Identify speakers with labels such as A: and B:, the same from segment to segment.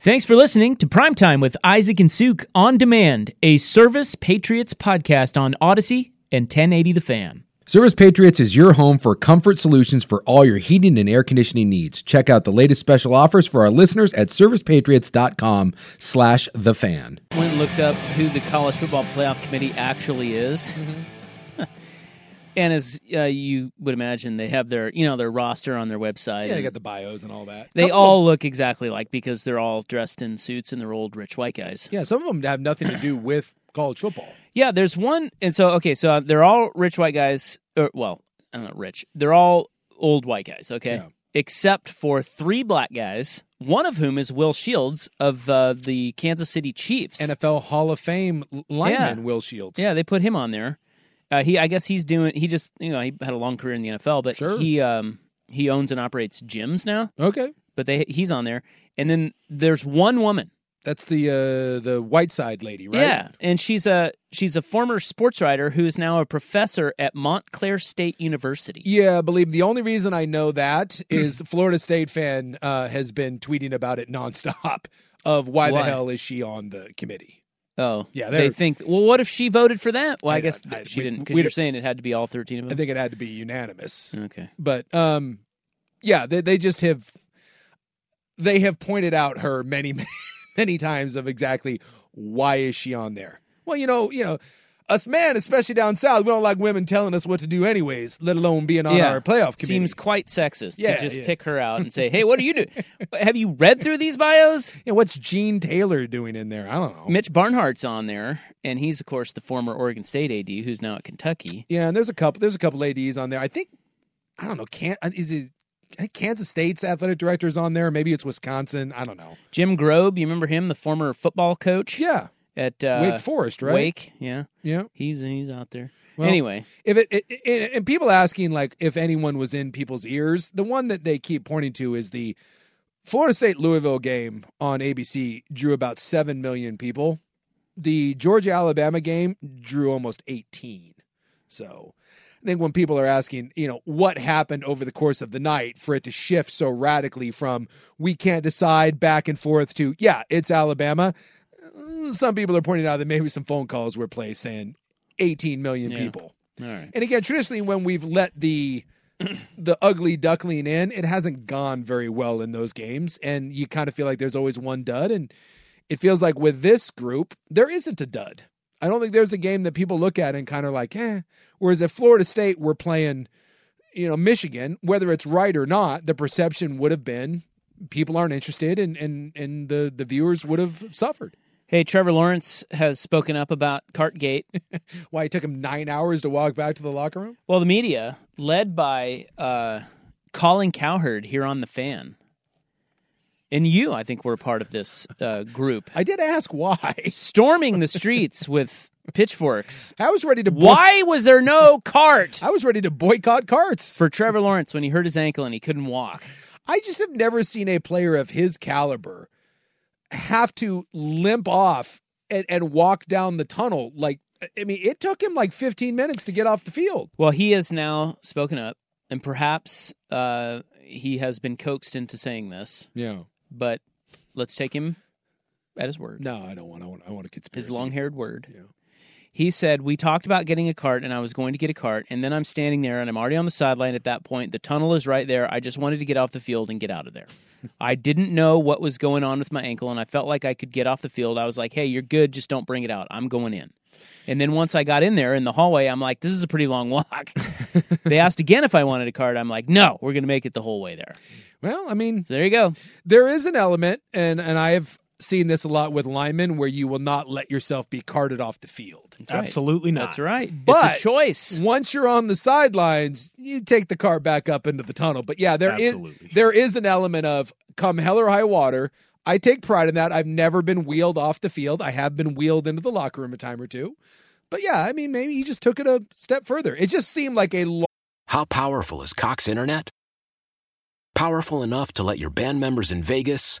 A: Thanks for listening to Primetime with Isaac and Suk on Demand, a Service Patriots podcast on Odyssey and 1080 The Fan.
B: Service Patriots is your home for comfort solutions for all your heating and air conditioning needs. Check out the latest special offers for our listeners at servicepatriots.com slash the fan.
A: Went and looked up who the College Football Playoff Committee actually is.
C: Mm-hmm.
A: and as uh, you would imagine, they have their, you know, their roster on their website.
C: Yeah, they
A: and-
C: got the bios and all that.
A: They all look exactly like because they're all dressed in suits and they're old rich white guys.
C: Yeah, some of them have nothing to do with college football.
A: Yeah, there's one, and so okay, so uh, they're all rich white guys. Or, well, I don't know, rich. They're all old white guys. Okay,
C: Yeah.
A: except for three black guys, one of whom is Will Shields of uh, the Kansas City Chiefs.
C: NFL Hall of Fame l- lineman
A: Yeah.
C: Will Shields.
A: yeah, they put him on there. Uh, he, I guess he's doing. He just, you know, he had a long career in the NFL, but
C: Sure.
A: he, um, he owns and operates gyms now.
C: Okay.
A: But they, he's on there, and then there's one woman.
C: That's the uh, the Whiteside lady, right?
A: Yeah, and she's a she's a former sports writer who is now a professor at Montclair State University.
C: Yeah, I believe the only reason I know that is Florida State fan uh, has been tweeting about it nonstop of why,
A: Why?
C: the hell is she on the committee?
A: Oh,
C: Yeah,
A: They
C: they're-
A: think, well, what if she voted for that? Well, I,
C: I-
A: guess
C: I-
A: th- she
C: we-
A: didn't because
C: we
A: you're
C: don't-
A: saying it had to be all thirteen of
C: I
A: them.
C: think it had to be unanimous.
A: okay.
C: But um, yeah, they they just have they have pointed out her many many, many times of exactly why is she on there? Well, you know, you know, us men, especially down south, we don't like women telling us what to do, anyways. Let alone being on
A: Yeah.
C: our playoff committee.
A: Seems quite sexist
C: Yeah,
A: to just
C: yeah.
A: pick her out and say, "Hey, what are you doing? Have you read through these bios?"
C: You know, what's Gene Taylor doing in there? I don't know.
A: Mitch Barnhart's on there, and he's of course the former Oregon State AD who's now at Kentucky.
C: Yeah, and there's a couple. There's a couple ADs on there. I think I don't know. Can uh, is it? I think Kansas State's athletic director is on there. Maybe it's Wisconsin. I don't know.
A: Jim Grobe, you remember him, the former football coach
C: Yeah,
A: at uh,
C: Wake Forest, right?
A: Wake, yeah,
C: Yeah.
A: he's he's out there.
C: Well,
A: anyway,
C: If it, it, it and people asking like if anyone was in people's ears, the one that they keep pointing to is the Florida State Louisville game on ABC drew about seven million people. The Georgia Alabama game drew almost eighteen. So I think when people are asking, you know, what happened over the course of the night for it to shift so radically from we can't decide back and forth to yeah, it's Alabama. uh, Some people are pointing out that maybe some phone calls were placed saying 18 million
A: Yeah.
C: people.
A: all right.
C: And again, traditionally, when we've let the the ugly duckling in, it hasn't gone very well in those games, and you kind of feel like there's always one dud. And it feels like with this group, there isn't a dud. I don't think there's a game that people look at and kind of like, eh. Whereas at Florida State, we're playing, you know, Michigan. Whether it's right or not, the perception would have been people aren't interested, and and and the the viewers would have suffered.
A: Hey, Trevor Lawrence has spoken up about Cartgate.
C: Why it took him nine hours to walk back to the locker room?
A: Well, the media, led by uh, Colin Cowherd here on The Fan, and you, I think, were a part of this uh, group,
C: I did ask why.
A: storming the streets with pitchforks.
C: I was ready to boy-
A: Why was there no cart
C: I was ready to boycott carts.
A: for Trevor Lawrence when he hurt his ankle and he couldn't walk?
C: I just have never seen a player of his caliber have to limp off and, and walk down the tunnel. Like, I mean, it took him like 15 minutes to get off the field.
A: Well, he has now spoken up, and perhaps uh, he has been coaxed into saying this,
C: Yeah.
A: but let's take him at his word.
C: No, I don't want. I want. I want a conspiracy.
A: his long haired word.
C: Yeah.
A: He said, We talked about getting a cart, and I was going to get a cart. And then I'm standing there, and I'm already on the sideline at that point. The tunnel is right there. I just wanted to get off the field and get out of there. I didn't know what was going on with my ankle, and I felt like I could get off the field. I was like, Hey, you're good. Just don't bring it out. I'm going in. And then once I got in there in the hallway, I'm like, This is a pretty long walk. they asked again if I wanted a cart. I'm like, No, we're going to make it the whole way there.
C: Well, I mean,
A: So there you go.
C: there is an element, and and I have seen this a lot with linemen, where you will not let yourself be carted off the field.
A: right.
D: Absolutely not.
A: That's right.
C: But-
A: it's a choice.
C: Once you're on the sidelines, you take the car back up into the tunnel. But yeah, there is
D: Absolutely.
C: there is an element of come hell or high water. I take pride in that. I've never been wheeled off the field. I have been wheeled into the locker room a time or two. But yeah, I mean, maybe he just took it a step further. It just seemed like a lo-
E: How powerful is Cox Internet? Powerful enough to let your band members in Vegas,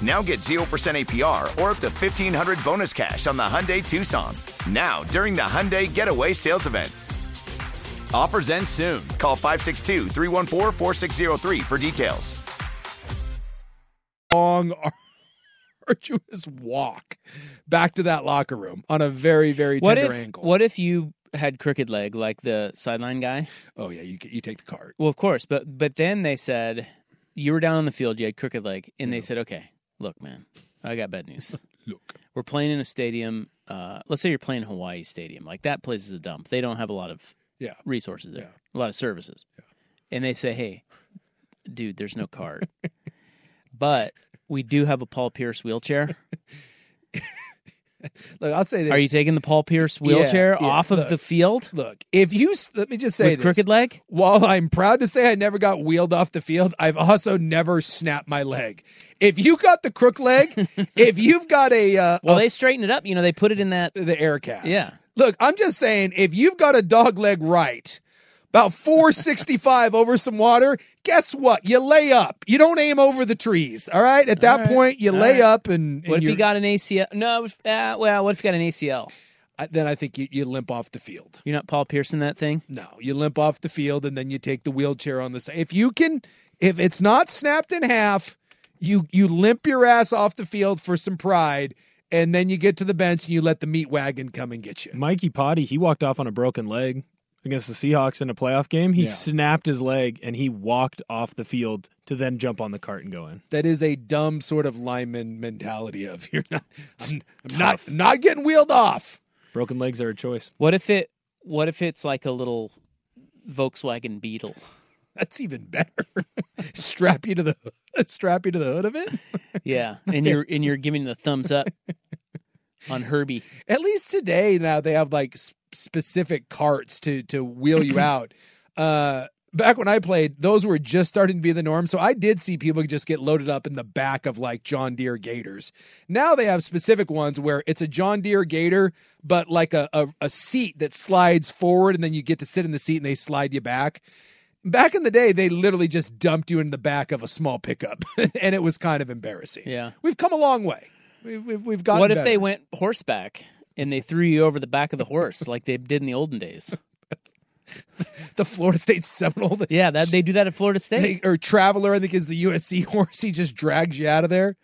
F: Now get 0% APR or up to 1500 bonus cash on the Hyundai Tucson. Now, during the Hyundai Getaway Sales Event. Offers end soon. Call 562 314 4603 for details.
C: long, arduous walk back to that locker room on a very, very
A: What if
C: tender ankle.
A: what if you had crooked leg like the sideline guy?
C: Oh yeah, you you take the card.
A: Well, of course, but but then they said you were down on the field, you had crooked leg, and they said, okay, look, man, I got bad news.
C: Look.
A: We're playing in a stadium. Uh, let's say you're playing Hawaii Stadium, like that place is a dump. They don't have a lot of
C: Yeah.
A: resources there, a lot of services, and they say, hey, dude, there's no card, but we do have a Paul Pierce wheelchair.
C: Look, I'll say this.
A: Are you taking the Paul Pierce wheelchair
C: yeah,
A: off of
C: look.
A: the field
C: Look, if you s- let me just say
A: with
C: this.
A: crooked leg?
C: While I'm proud to say I never got wheeled off the field, I've also never snapped my leg. If you got the crook leg, if you've got a uh,
A: Well,
C: a-
A: they straightened it up. You know, they put it in that.
C: the air cast.
A: Yeah.
C: Look, I'm just saying, if you've got a dog leg right, about 465 over some water, guess what? You lay up. You don't aim over the trees. All right. At that
A: right,
C: point, you
A: all
C: lay
A: right.
C: up and, and
A: What if you
C: you're-
A: got an ACL? No, if- uh, well, what if you got an ACL?
C: I- then I think you, you limp off the field.
A: You're not Paul Pierce in that thing.
C: No, you limp off the field and then you take the wheelchair on the side. If you can, if it's not snapped in half, you you limp your ass off the field for some pride, and then you get to the bench and you let the meat wagon come and get you.
D: Mikey Potty, he walked off on a broken leg against the Seahawks in a playoff game. He
C: Yeah.
D: snapped his leg and he walked off the field to then jump on the cart and go in.
C: That is a dumb sort of lineman mentality of you're not, I'm, I'm not, I'm not getting wheeled off.
D: Broken legs are a choice.
A: What if it? What if it's like a little Volkswagen Beetle?
C: That's even better. strap you to the strap you to the hood of it.
A: Yeah, and you're and you're giving the thumbs up on Herbie.
C: at least today now they have like s- specific carts to to wheel you out uh back when i played those were just starting to be the norm so i did see people just get loaded up in the back of like john deere gators now they have specific ones where it's a john deere gator but like a, a, a seat that slides forward and then you get to sit in the seat and they slide you back Back in the day, they literally just dumped you in the back of a small pickup, and it was kind of embarrassing.
A: Yeah.
C: We've come a long way. We've, we've, we've gotten
A: what if
C: better.
A: they went horseback and they threw you over the back of the horse like they did in the olden days?
C: the Florida State Seminole? The,
A: Yeah, that they do that at Florida
C: they-
A: State.
C: or Traveler, I think, is the USC horse. He just drags you out of there.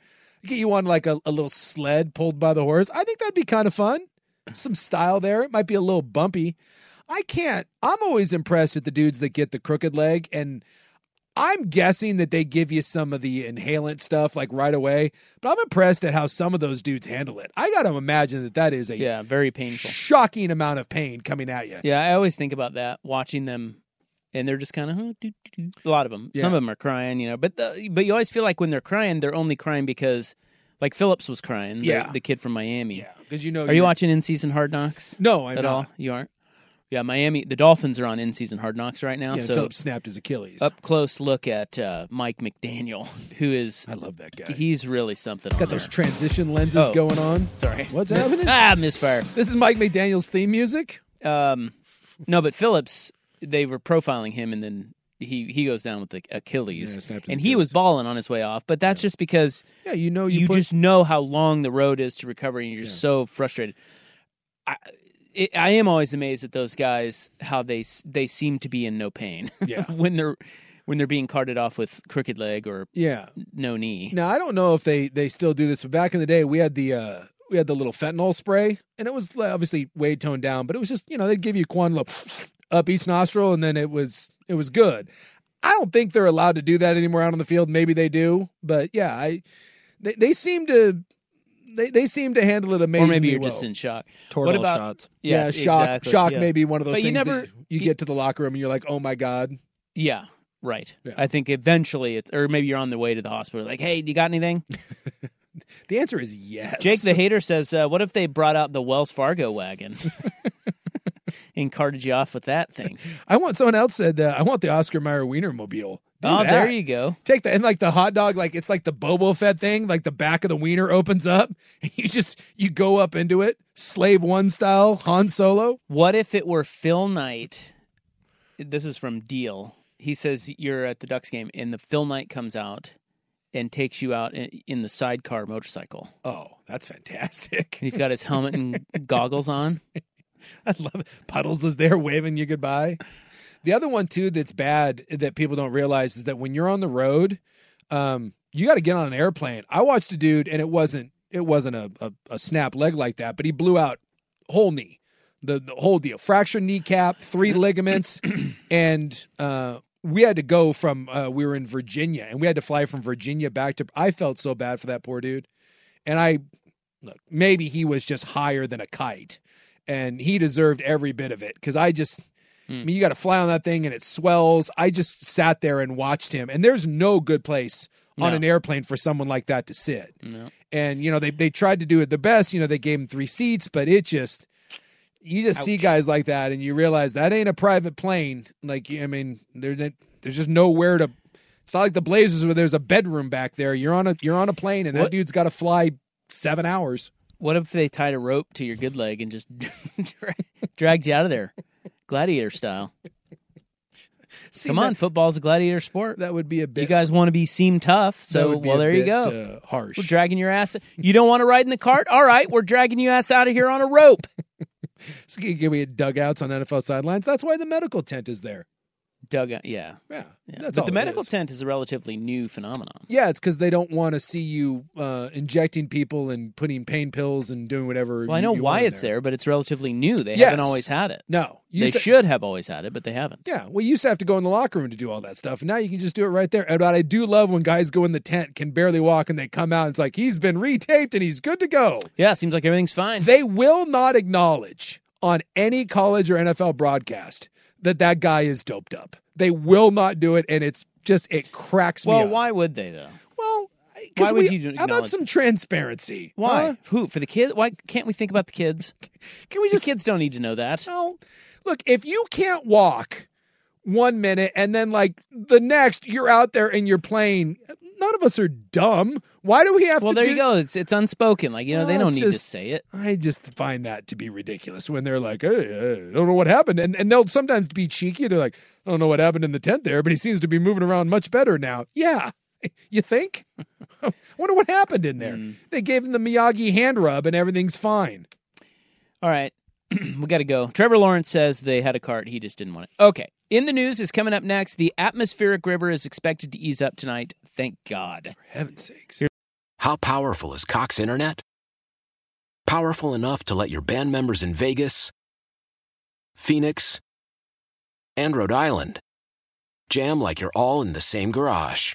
C: Get you on like a, a little sled pulled by the horse. I think that'd be kind of fun. Some style there. It might be a little bumpy. I can't. I'm always impressed at the dudes that get the crooked leg. And I'm guessing that they give you some of the inhalant stuff like right away. But I'm impressed at how some of those dudes handle it. I got to imagine that that is a
A: Yeah, very painful.
C: shocking amount of pain coming at you.
A: Yeah, I always think about that watching them, and they're just kind of oh, doo, doo, doo. a lot of them. Some
C: Yeah.
A: of them are crying, you know, but the, but you always feel like when they're crying, they're only crying because, like Phillips was crying, the,
C: Yeah.
A: the kid from Miami.
C: Yeah. Because you know.
A: Are you
C: you're-
A: watching in season Hard Knocks?
C: No, I'm
A: at
C: not.
A: all. You aren't. Yeah, Miami. The Dolphins are on in season Hard Knocks right now,
C: Yeah,
A: so
C: Phillips snapped his Achilles.
A: up close look at uh, Mike McDaniel, who is
C: I love that guy.
A: he's really something.
C: Oh, He's
A: on
C: got those
A: there.
C: transition lenses
A: Oh.
C: going on.
A: Sorry,
C: What's happening?
A: ah, misfire.
C: This is Mike McDaniel's theme music.
A: Um, no, but Phillips, they were profiling him, and then he he goes down with the Achilles,
C: Yeah, snapped his
A: and he was balling on his way off. But that's just because
C: Yeah, you know
A: you,
C: Oh, you, put-
A: just know how long the road is to recovery, and you're just so frustrated. I it, I am always amazed at those guys how they s- they seem to be in no pain.
C: Yeah.
A: when they're when they're being carted off with crooked leg or
C: yeah.
A: no knee.
C: Now I don't know if they they still do this, but back in the day we had the uh we had the little fentanyl spray, and it was like, obviously way toned down, but it was just you know they'd give you Quanlo up each nostril, and then it was it was good. I don't think they're allowed to do that anymore out on the field. Maybe they do, but yeah, I they, they seem to they, they seem to handle it
A: or
C: amazingly
A: maybe you're
C: well.
A: just in shock.
D: Turtle
A: about-
D: shots.
C: Yeah, shock.
A: exactly,
C: Shock
A: yeah.
C: may be one of those
A: But you
C: things. that
A: never- you-
C: you get to the locker room and you're like, oh my god.
A: Yeah, right.
C: Yeah.
A: I think eventually it's, or maybe you're on the way to the hospital. Like, hey, you got anything?
C: The answer is yes.
A: Jake the hater says, uh, "What if they brought out the Wells Fargo wagon and carted you off with that thing?"
C: I want someone else said uh, I want the Oscar Mayer Wiener mobile. Do
A: oh,
C: that.
A: there you go.
C: Take the and like the hot dog, like it's like the Bobo Fett thing, like the back of the wiener opens up and you just you go up into it, slave one style, Han Solo.
A: What if it were Phil Knight? This is from Deal. He says you're at the Ducks game, and the Phil Knight comes out and takes you out in, in the sidecar motorcycle,
C: Oh, that's
A: and
C: fantastic.
A: he's got his helmet and goggles on.
C: I love it. Puddles is there waving you goodbye. The other one too that's bad that people don't realize is that when you're on the road, um, you got to get on an airplane. I watched a dude, and it wasn't it wasn't a, a, a snap leg like that, but he blew out whole knee, the, the whole deal, fractured kneecap, three ligaments, and uh, we had to go from uh, we were in Virginia, and we had to fly from Virginia back to. I felt so bad for that poor dude, and I look maybe he was just higher than a kite, and he deserved every bit of it because I just.
A: Hmm.
C: I mean, you got to fly on that thing and it swells. I just sat there and watched him, and there's no good place on
A: No.
C: an airplane for someone like that to sit. And you know, they they tried to do it the best. You know, they gave him three seats, but it just you just see guys like that, and you realize that ain't a private plane. Like, I mean, there there's just nowhere to. It's not like the Blazers where there's a bedroom back there. You're on a you're on a plane, and that
A: What-
C: dude's got to fly seven hours.
A: What if they tied a rope to your good leg and just dra- dragged you out of there, gladiator style?
C: See,
A: Come
C: that-
A: on, football's a gladiator sport.
C: that would be a bit.
A: you guys want to be seem tough,
C: that
A: so
C: would be
A: well
C: a
A: there you
C: bit,
A: go.
C: Uh, harsh.
A: we're dragging your ass. You don't want to ride in the cart? All right, we're dragging you ass out of here on a rope.
C: So you give me dugouts on NFL sidelines. That's why the medical tent is there.
A: Doug, yeah,
C: Yeah,
A: yeah.
C: that's
A: but
C: all
A: the
C: it
A: medical
C: is.
A: tent is a relatively new phenomenon.
C: Yeah, it's because they don't want to see you uh, injecting people and putting pain pills and doing whatever.
A: Well, I
C: you-
A: know
C: you
A: why
C: want in
A: it's there. but it's relatively new. They
C: Yes.
A: haven't always had it.
C: No, you
A: they
C: used to-
A: should have always had it, but they haven't.
C: Yeah, well, you used to have to go in the locker room to do all that stuff, and now you can just do it right there. And what I do love when guys go in the tent, can barely walk, and they come out. And it's like he's been retaped and he's good to go.
A: Yeah, seems like everything's fine.
C: They will not acknowledge on any college or NFL broadcast that that guy is doped up. They will not do it, and it's just it cracks me.
A: well,
C: up.
A: why would they though?
C: Well,
A: Why
C: because
A: would
C: we,
A: you
C: how about
A: acknowledge
C: some transparency?
A: Why?
C: huh?
A: Who for the kids? Why can't we think about the kids?
C: Can we
A: The
C: just
A: kids don't need to know that.
C: No. Look, if you can't walk one minute and then like the next you're out there and you're playing, none of us are dumb. Why do we have
A: Well,
C: to
A: there
C: do
A: you go. It's it's unspoken. Like you know, they
C: Well,
A: don't need to
C: just-
A: say it.
C: I just find that to be ridiculous when they're like, hey, I don't know what happened. And and they'll sometimes be cheeky. They're like, I don't know what happened in the tent there, but he seems to be moving around much better now. Yeah. You think? I wonder what happened in there. They gave him the Miyagi hand rub and everything's fine.
A: All right. we got to go. Trevor Lawrence says they had a cart. He just didn't want it. Okay. In the news is coming up next. The atmospheric river is expected to ease up tonight. Thank God.
C: For heaven's sakes.
E: How powerful is Cox Internet? Powerful enough to let your band members in Vegas, Phoenix, and Rhode Island jam like you're all in the same garage.